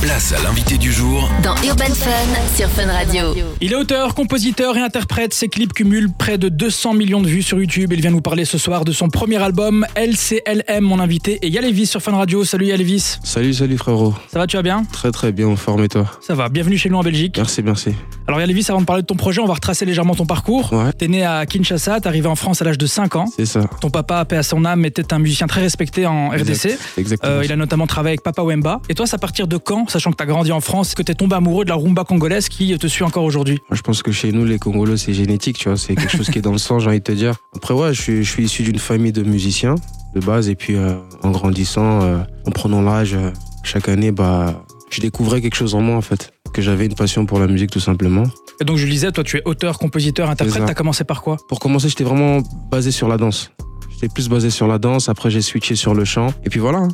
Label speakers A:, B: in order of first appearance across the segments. A: Place à l'invité du jour
B: Dans Urban Fun sur Fun Radio.
C: Il est auteur, compositeur et interprète. Ses clips cumulent près de 200 millions de vues sur YouTube. Il vient nous parler ce soir de son premier album, LCLM, mon invité, et Yalevis sur Fun Radio. Salut Yalevis.
D: Salut, salut frérot.
C: Ça va, tu vas bien
D: Très très bien, en forme et toi
C: Ça va. Bienvenue chez nous en Belgique.
D: Merci, merci.
C: Alors Yalevis, avant de parler de ton projet, on va retracer légèrement ton parcours.
D: Ouais.
C: T'es né à Kinshasa, t'es arrivé en France à l'âge de 5 ans.
D: C'est ça.
C: Ton papa, paix à son âme, était un musicien très respecté en RDC.
D: Exact- Exactement.
C: Euh, il a notamment travaillé avec Papa Wemba. Et toi, c'est à partir de quand, sachant que t'as grandi en France, que t'es tombé amoureux de la rumba congolaise qui te suit encore aujourd'hui
D: Moi, je pense que chez nous, les Congolais, c'est génétique, tu vois. C'est quelque chose qui est dans le sang, j'ai envie de te dire. Après, ouais, je suis, je suis issu d'une famille de musiciens de base. Et puis, euh, en grandissant, euh, en prenant l'âge, euh, chaque année, bah, je découvrais quelque chose en moi, en fait. Que j'avais une passion pour la musique, tout simplement.
C: Et donc je le disais, toi tu es auteur, compositeur, interprète,
D: ça.
C: t'as commencé par quoi
D: Pour commencer, j'étais vraiment basé sur la danse. J'étais plus basé sur la danse. Après, j'ai switché sur le chant. Et puis voilà. hein.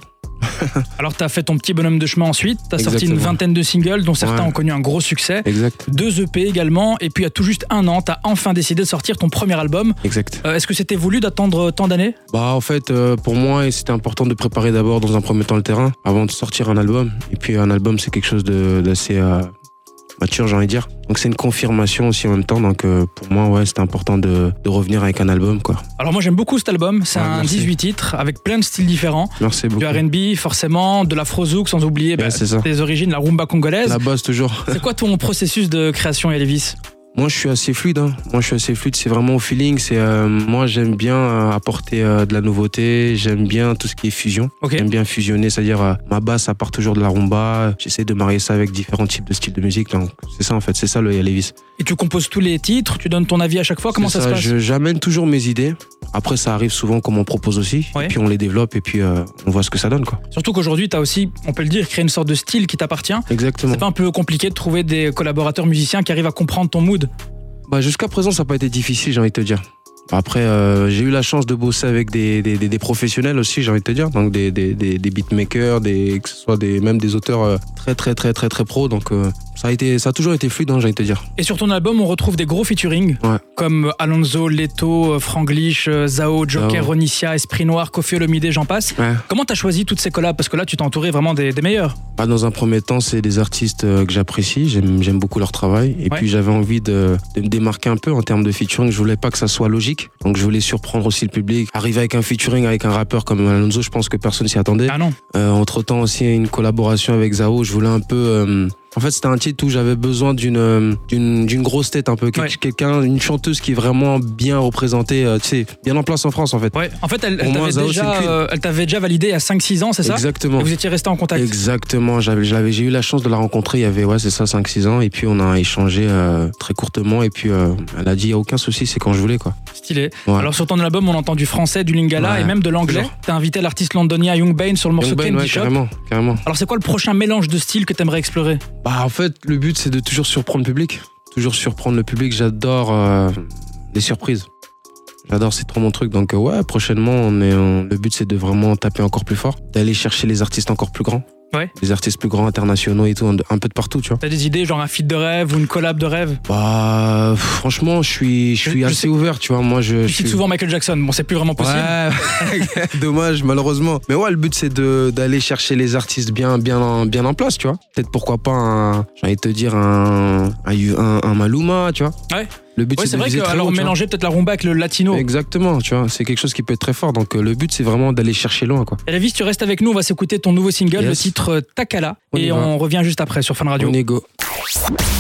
C: Alors t'as fait ton petit bonhomme de chemin ensuite, t'as sorti une
D: Exactement.
C: vingtaine de singles dont certains
D: Ouais.
C: ont connu un gros succès,
D: Exact.
C: deux EP également, et puis il y a tout juste un an, t'as enfin décidé de sortir ton premier album.
D: Exact.
C: Euh, Est-ce que c'était voulu d'attendre tant d'années
D: Bah en fait euh, pour moi et c'était important de préparer d'abord dans un premier temps le terrain avant de sortir un album et puis un album c'est quelque chose de- d'assez euh, mature j'ai envie de dire donc c'est une confirmation aussi en même temps donc euh, pour moi ouais c'était important de, de revenir avec un album quoi
C: Alors moi j'aime beaucoup cet album, c'est
D: Ouais,
C: un
D: merci.
C: 18 titres avec plein de styles différents,
D: merci beaucoup
C: du R&B forcément, de la frozouk sans oublier
D: Ouais,
C: bah,
D: c'est ça.
C: tes origines, la rumba congolaise.
D: la base toujours
C: C'est quoi ton processus de création Elvis
D: moi je suis assez fluide hein. moi je suis assez fluide c'est vraiment au feeling c'est euh, moi j'aime bien euh, apporter euh, de la nouveauté j'aime bien tout ce qui est fusion
C: Ok.
D: J'aime bien fusionner, c'est-à-dire euh, ma basse, ça part toujours de la rumba. J'essaie de marier ça avec différents types de styles de musique. Donc c'est ça en fait, c'est ça le Yalevis.
C: Et tu composes tous les titres, tu donnes ton avis à chaque fois, comment
D: C'est
C: ça, se passe
D: je- J'amène toujours mes idées. Après, ça arrive souvent comme on propose aussi.
C: Ouais.
D: Et puis on les développe et puis euh, on voit ce que ça donne. quoi.
C: Surtout qu'aujourd'hui, tu as aussi, on peut le dire, créé une sorte de style qui t'appartient.
D: Exactement.
C: C'est pas un peu compliqué de trouver des collaborateurs musiciens qui arrivent à comprendre ton mood
D: Bah, Jusqu'à présent, ça n'a pas été difficile, j'ai envie de te dire. Après, euh, j'ai eu la chance de bosser avec des, des- des- des professionnels aussi, j'ai envie de te dire. Donc des, des- des- des beatmakers, des, que ce soit des, même des auteurs euh, très, très, très, très, très pros. Donc euh, ça, a été, ça a toujours été fluide, hein, j'ai envie de te dire.
C: Et sur ton album, on retrouve des gros featuring
D: Ouais.
C: comme Alonso, Leto, euh, Franglish, euh, Zao, Joker,
D: Zao.
C: Ronicia, Esprit Noir, Kofi Olomide, j'en passe.
D: Ouais.
C: Comment t'as choisi toutes ces collabs Parce que là, tu t'es entouré vraiment des, des meilleurs.
D: Bah, dans un premier temps, c'est des artistes euh, que j'apprécie, j'aime j'aime beaucoup leur travail. Et
C: Ouais.
D: puis j'avais envie de, de me démarquer un peu en termes de featuring. Je voulais pas que ça soit logique, donc je voulais surprendre aussi le public. Arriver avec un featuring avec un rappeur comme Alonso, je pense que personne s'y attendait.
C: Ah non
D: entre temps aussi une collaboration avec Zao, je voulais un peu. euh, en fait, c'était un titre où j'avais besoin d'une euh, d'une d'une grosse tête un peu, Quel-
C: Ouais.
D: quelqu'un, une chanteuse qui est vraiment bien représentée, euh, tu sais, bien en place en France en fait.
C: Ouais. En fait, elle,
D: Pour
C: elle
D: moi,
C: t'avait
D: Zao, c'est
C: déjà,
D: une queen.
C: euh, elle t'avait déjà validé à 5-6 ans, c'est ça
D: Exactement.
C: Et Vous étiez resté en contact.
D: Exactement, j'avais, je l'avais- j'ai eu la chance de la rencontrer il y avait, ouais, c'est ça, 5-6 ans, et puis on a échangé euh, très courtement, et puis euh, elle a dit, il n'y a aucun souci, c'est quand je voulais, quoi.
C: Stylé.
D: Ouais.
C: Alors sur ton album, on entend du français, du lingala
D: Ouais.
C: et même de l'anglais.
D: Toujours.
C: T'as invité l'artiste londonien Young Bane sur le morceau
D: Young Ben,
C: Candy
D: ouais,
C: Shop.
D: carrément, carrément.
C: Alors c'est quoi le prochain mélange de styles que t'aimerais explorer
D: Bah, en fait, le but, c'est de toujours surprendre le public. Toujours surprendre le public, j'adore euh, les surprises. J'adore, c'est trop mon truc. Donc, euh, ouais, prochainement, on est, on- le but, c'est de vraiment taper encore plus fort, d'aller chercher les artistes encore plus grands.
C: Ouais.
D: Les artistes plus grands, internationaux et tout, un, un peu de partout, tu vois.
C: T'as des idées genre un feat de rêve ou une collab de rêve
D: Bah, franchement, je suis, je suis
C: Je- je
D: assez
C: sais-
D: ouvert, tu vois. Moi, je.
C: Tu
D: je suis-
C: cites souvent Michael Jackson, bon c'est plus vraiment possible.
D: Ouais, dommage, malheureusement. Mais ouais, le but c'est de- d'aller chercher les artistes bien, bien, en, bien en place, tu vois. Peut-être pourquoi pas un, j'ai envie de te dire un, un, un- un Maluma, tu vois.
C: Ouais.
D: Le but
C: Ouais,
D: c'est
C: c'est
D: de
C: vrai
D: viser
C: que
D: très
C: alors
D: haut, tu vois.
C: mélanger peut-être la rumba avec le latino.
D: Exactement, tu vois. C'est quelque chose qui peut être très fort. Donc euh, le but c'est vraiment d'aller chercher loin, quoi.
C: Et Elvis, tu restes avec nous, on va s'écouter ton nouveau single, le
D: Yes.
C: titre euh, Takala,
D: On y
C: et
D: va.
C: on revient juste après sur Fun Radio.
D: On
C: On est...
D: est go.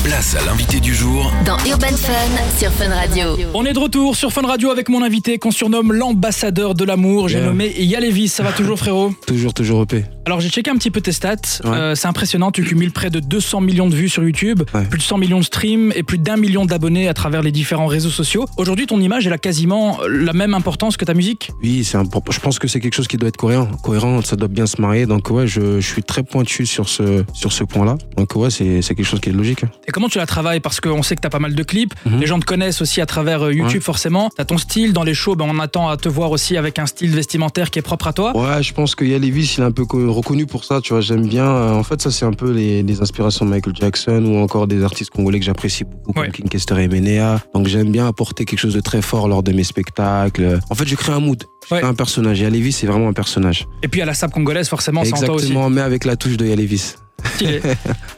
A: Place à l'invité du jour
B: Dans Urban Fun sur Fun Radio.
C: de retour sur Fun Radio avec mon invité qu'on surnomme l'ambassadeur de l'amour, j'ai
D: Yeah.
C: nommé Yalevis, ça va toujours frérot
D: Toujours, toujours EP.
C: Alors j'ai checké un petit peu tes stats,
D: Ouais.
C: Euh, c'est impressionnant, tu cumules près de 200 millions de vues sur YouTube,
D: Ouais.
C: plus de 100 millions de streams et plus d'un million d'abonnés à travers les différents réseaux sociaux. Aujourd'hui ton image elle a quasiment la même importance que ta musique.
D: Oui, c'est un, je pense que c'est quelque chose qui doit être cohérent. Cohérent, ça doit bien se marier. Donc ouais, je, je suis très pointu sur ce, sur ce point-là. Donc ouais, c'est c'est quelque chose qui est logique. hein.
C: Et comment tu la travailles Parce qu'on sait que t'as pas mal de clips,
D: Mhm.
C: les gens te connaissent aussi à travers euh, YouTube
D: Ouais.
C: forcément, t'as ton style, dans les shows ben, on attend à te voir aussi avec un style vestimentaire qui est propre à toi.
D: Ouais, je pense que Yalevis, il est un peu co- reconnu pour ça, tu vois. J'aime bien. euh, en fait, ça, c'est un peu les, les inspirations de Michael Jackson ou encore des artistes congolais que j'apprécie beaucoup,
C: Ouais.
D: comme King Kester et Menea. Donc, j'aime bien apporter quelque chose de très fort lors de mes spectacles. En fait, je crée un mood. Je
C: Ouais.
D: crée un personnage. Yalevis, c'est vraiment un personnage.
C: Et puis à la sable congolaise forcément, c'est en toi aussi.
D: Exactement, mais avec la touche de Yalevis.
C: stylé.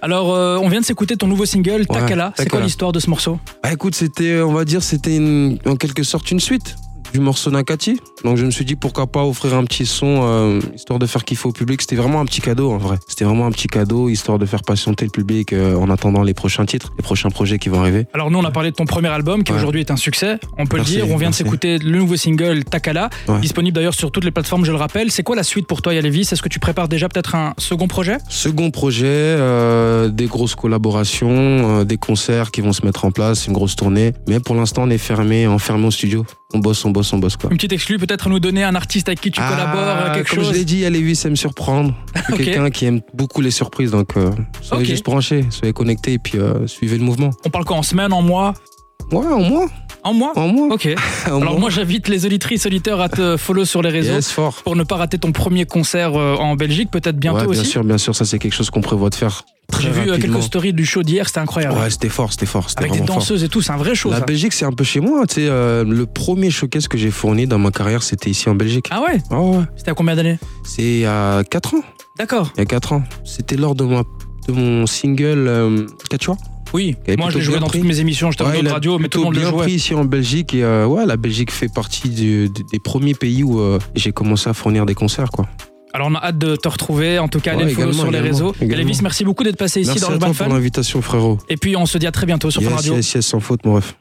C: Alors, euh, on vient de s'écouter ton nouveau single, Takala. C'est quoi
D: Takala.
C: l'histoire de ce morceau
D: Bah écoute, c'était, euh, on va dire, c'était une- en quelque sorte une suite du morceau Nakati. Donc je me suis dit pourquoi pas offrir un petit son euh, histoire de faire kiffer au public. C'était vraiment un petit cadeau en vrai. C'était vraiment un petit cadeau histoire de faire patienter le public euh, en attendant les prochains titres, les prochains projets qui vont arriver.
C: Alors, nous, on a parlé de ton premier album qui
D: Ouais.
C: aujourd'hui est un succès. On peut
D: Merci,
C: le dire. On vient
D: merci.
C: de s'écouter le nouveau single, Takala.
D: Ouais.
C: Disponible d'ailleurs sur toutes les plateformes, je le rappelle. C'est quoi la suite pour toi, Yalevis Est-ce que tu prépares déjà peut-être un second projet
D: Second projet, euh, des grosses collaborations, euh, des concerts qui vont se mettre en place, une grosse tournée. Mais pour l'instant, on est fermé, enfermé au studio. On bosse, on bosse, on bosse quoi.
C: Une petite exclue, peut-être à nous donner un artiste avec qui tu
D: Ah,
C: collabores, euh, quelque
D: Comme je l'ai
C: chose
D: dit, allez, oui, c'est me surprendre. Je suis
C: Ok.
D: quelqu'un qui aime beaucoup les surprises, donc euh, soyez
C: Ok.
D: juste branchés, soyez connectés et puis euh, suivez le mouvement.
C: On parle quoi En semaine, en mois
D: Ouais, en moi,
C: En mois
D: en moi.
C: Ok. Alors, moi, j'invite les auditrices auditeurs à te follow sur les réseaux.
D: yes, fort.
C: Pour ne pas rater ton premier concert euh, en Belgique, peut-être bientôt
D: Ouais, bien
C: aussi.
D: sûr, bien sûr, ça c'est quelque chose qu'on prévoit de faire. Très
C: J'ai vu euh,
D: rapidement.
C: quelques stories du show d'hier, c'était incroyable.
D: Ouais, c'était fort, c'était fort, c'était
C: Avec des
D: vraiment fort.
C: danseuses et tout, c'est un vrai show.
D: La
C: ça.
D: Belgique, c'est un peu chez moi. Tu sais, euh, le premier showcase que j'ai fourni dans ma carrière, c'était ici en Belgique.
C: Ah ouais
D: Ah ouais.
C: C'était à combien d'années
D: C'est il y a 4 ans.
C: D'accord.
D: Il y a 4 ans. C'était lors de, ma, de mon single euh, Quechua.
C: Oui.
D: Il avait
C: Moi, je l'ai
D: plutôt
C: joué
D: bien
C: dans
D: pris.
C: toutes mes émissions, j'étais
D: Ouais,
C: en
D: il a
C: radio, mais tout le
D: plutôt
C: monde le
D: bien
C: jouait.
D: pris ici en Belgique. Et euh, ouais, la Belgique fait partie du- du- des premiers pays où euh, j'ai commencé à fournir des concerts. Quoi.
C: Alors, on a hâte de te retrouver. En tout cas, allez
D: Ouais,
C: le follow
D: également,
C: sur les
D: également,
C: réseaux.
D: également.
C: Lévis, merci beaucoup d'être passé ici
D: Merci
C: dans
D: à
C: le
D: toi
C: Band
D: pour
C: Fun.
D: l'invitation, frérot.
C: Et puis, on se dit à très bientôt sur Fun
D: Yes,
C: Radio.
D: yes, yes, sans faute, mon ref.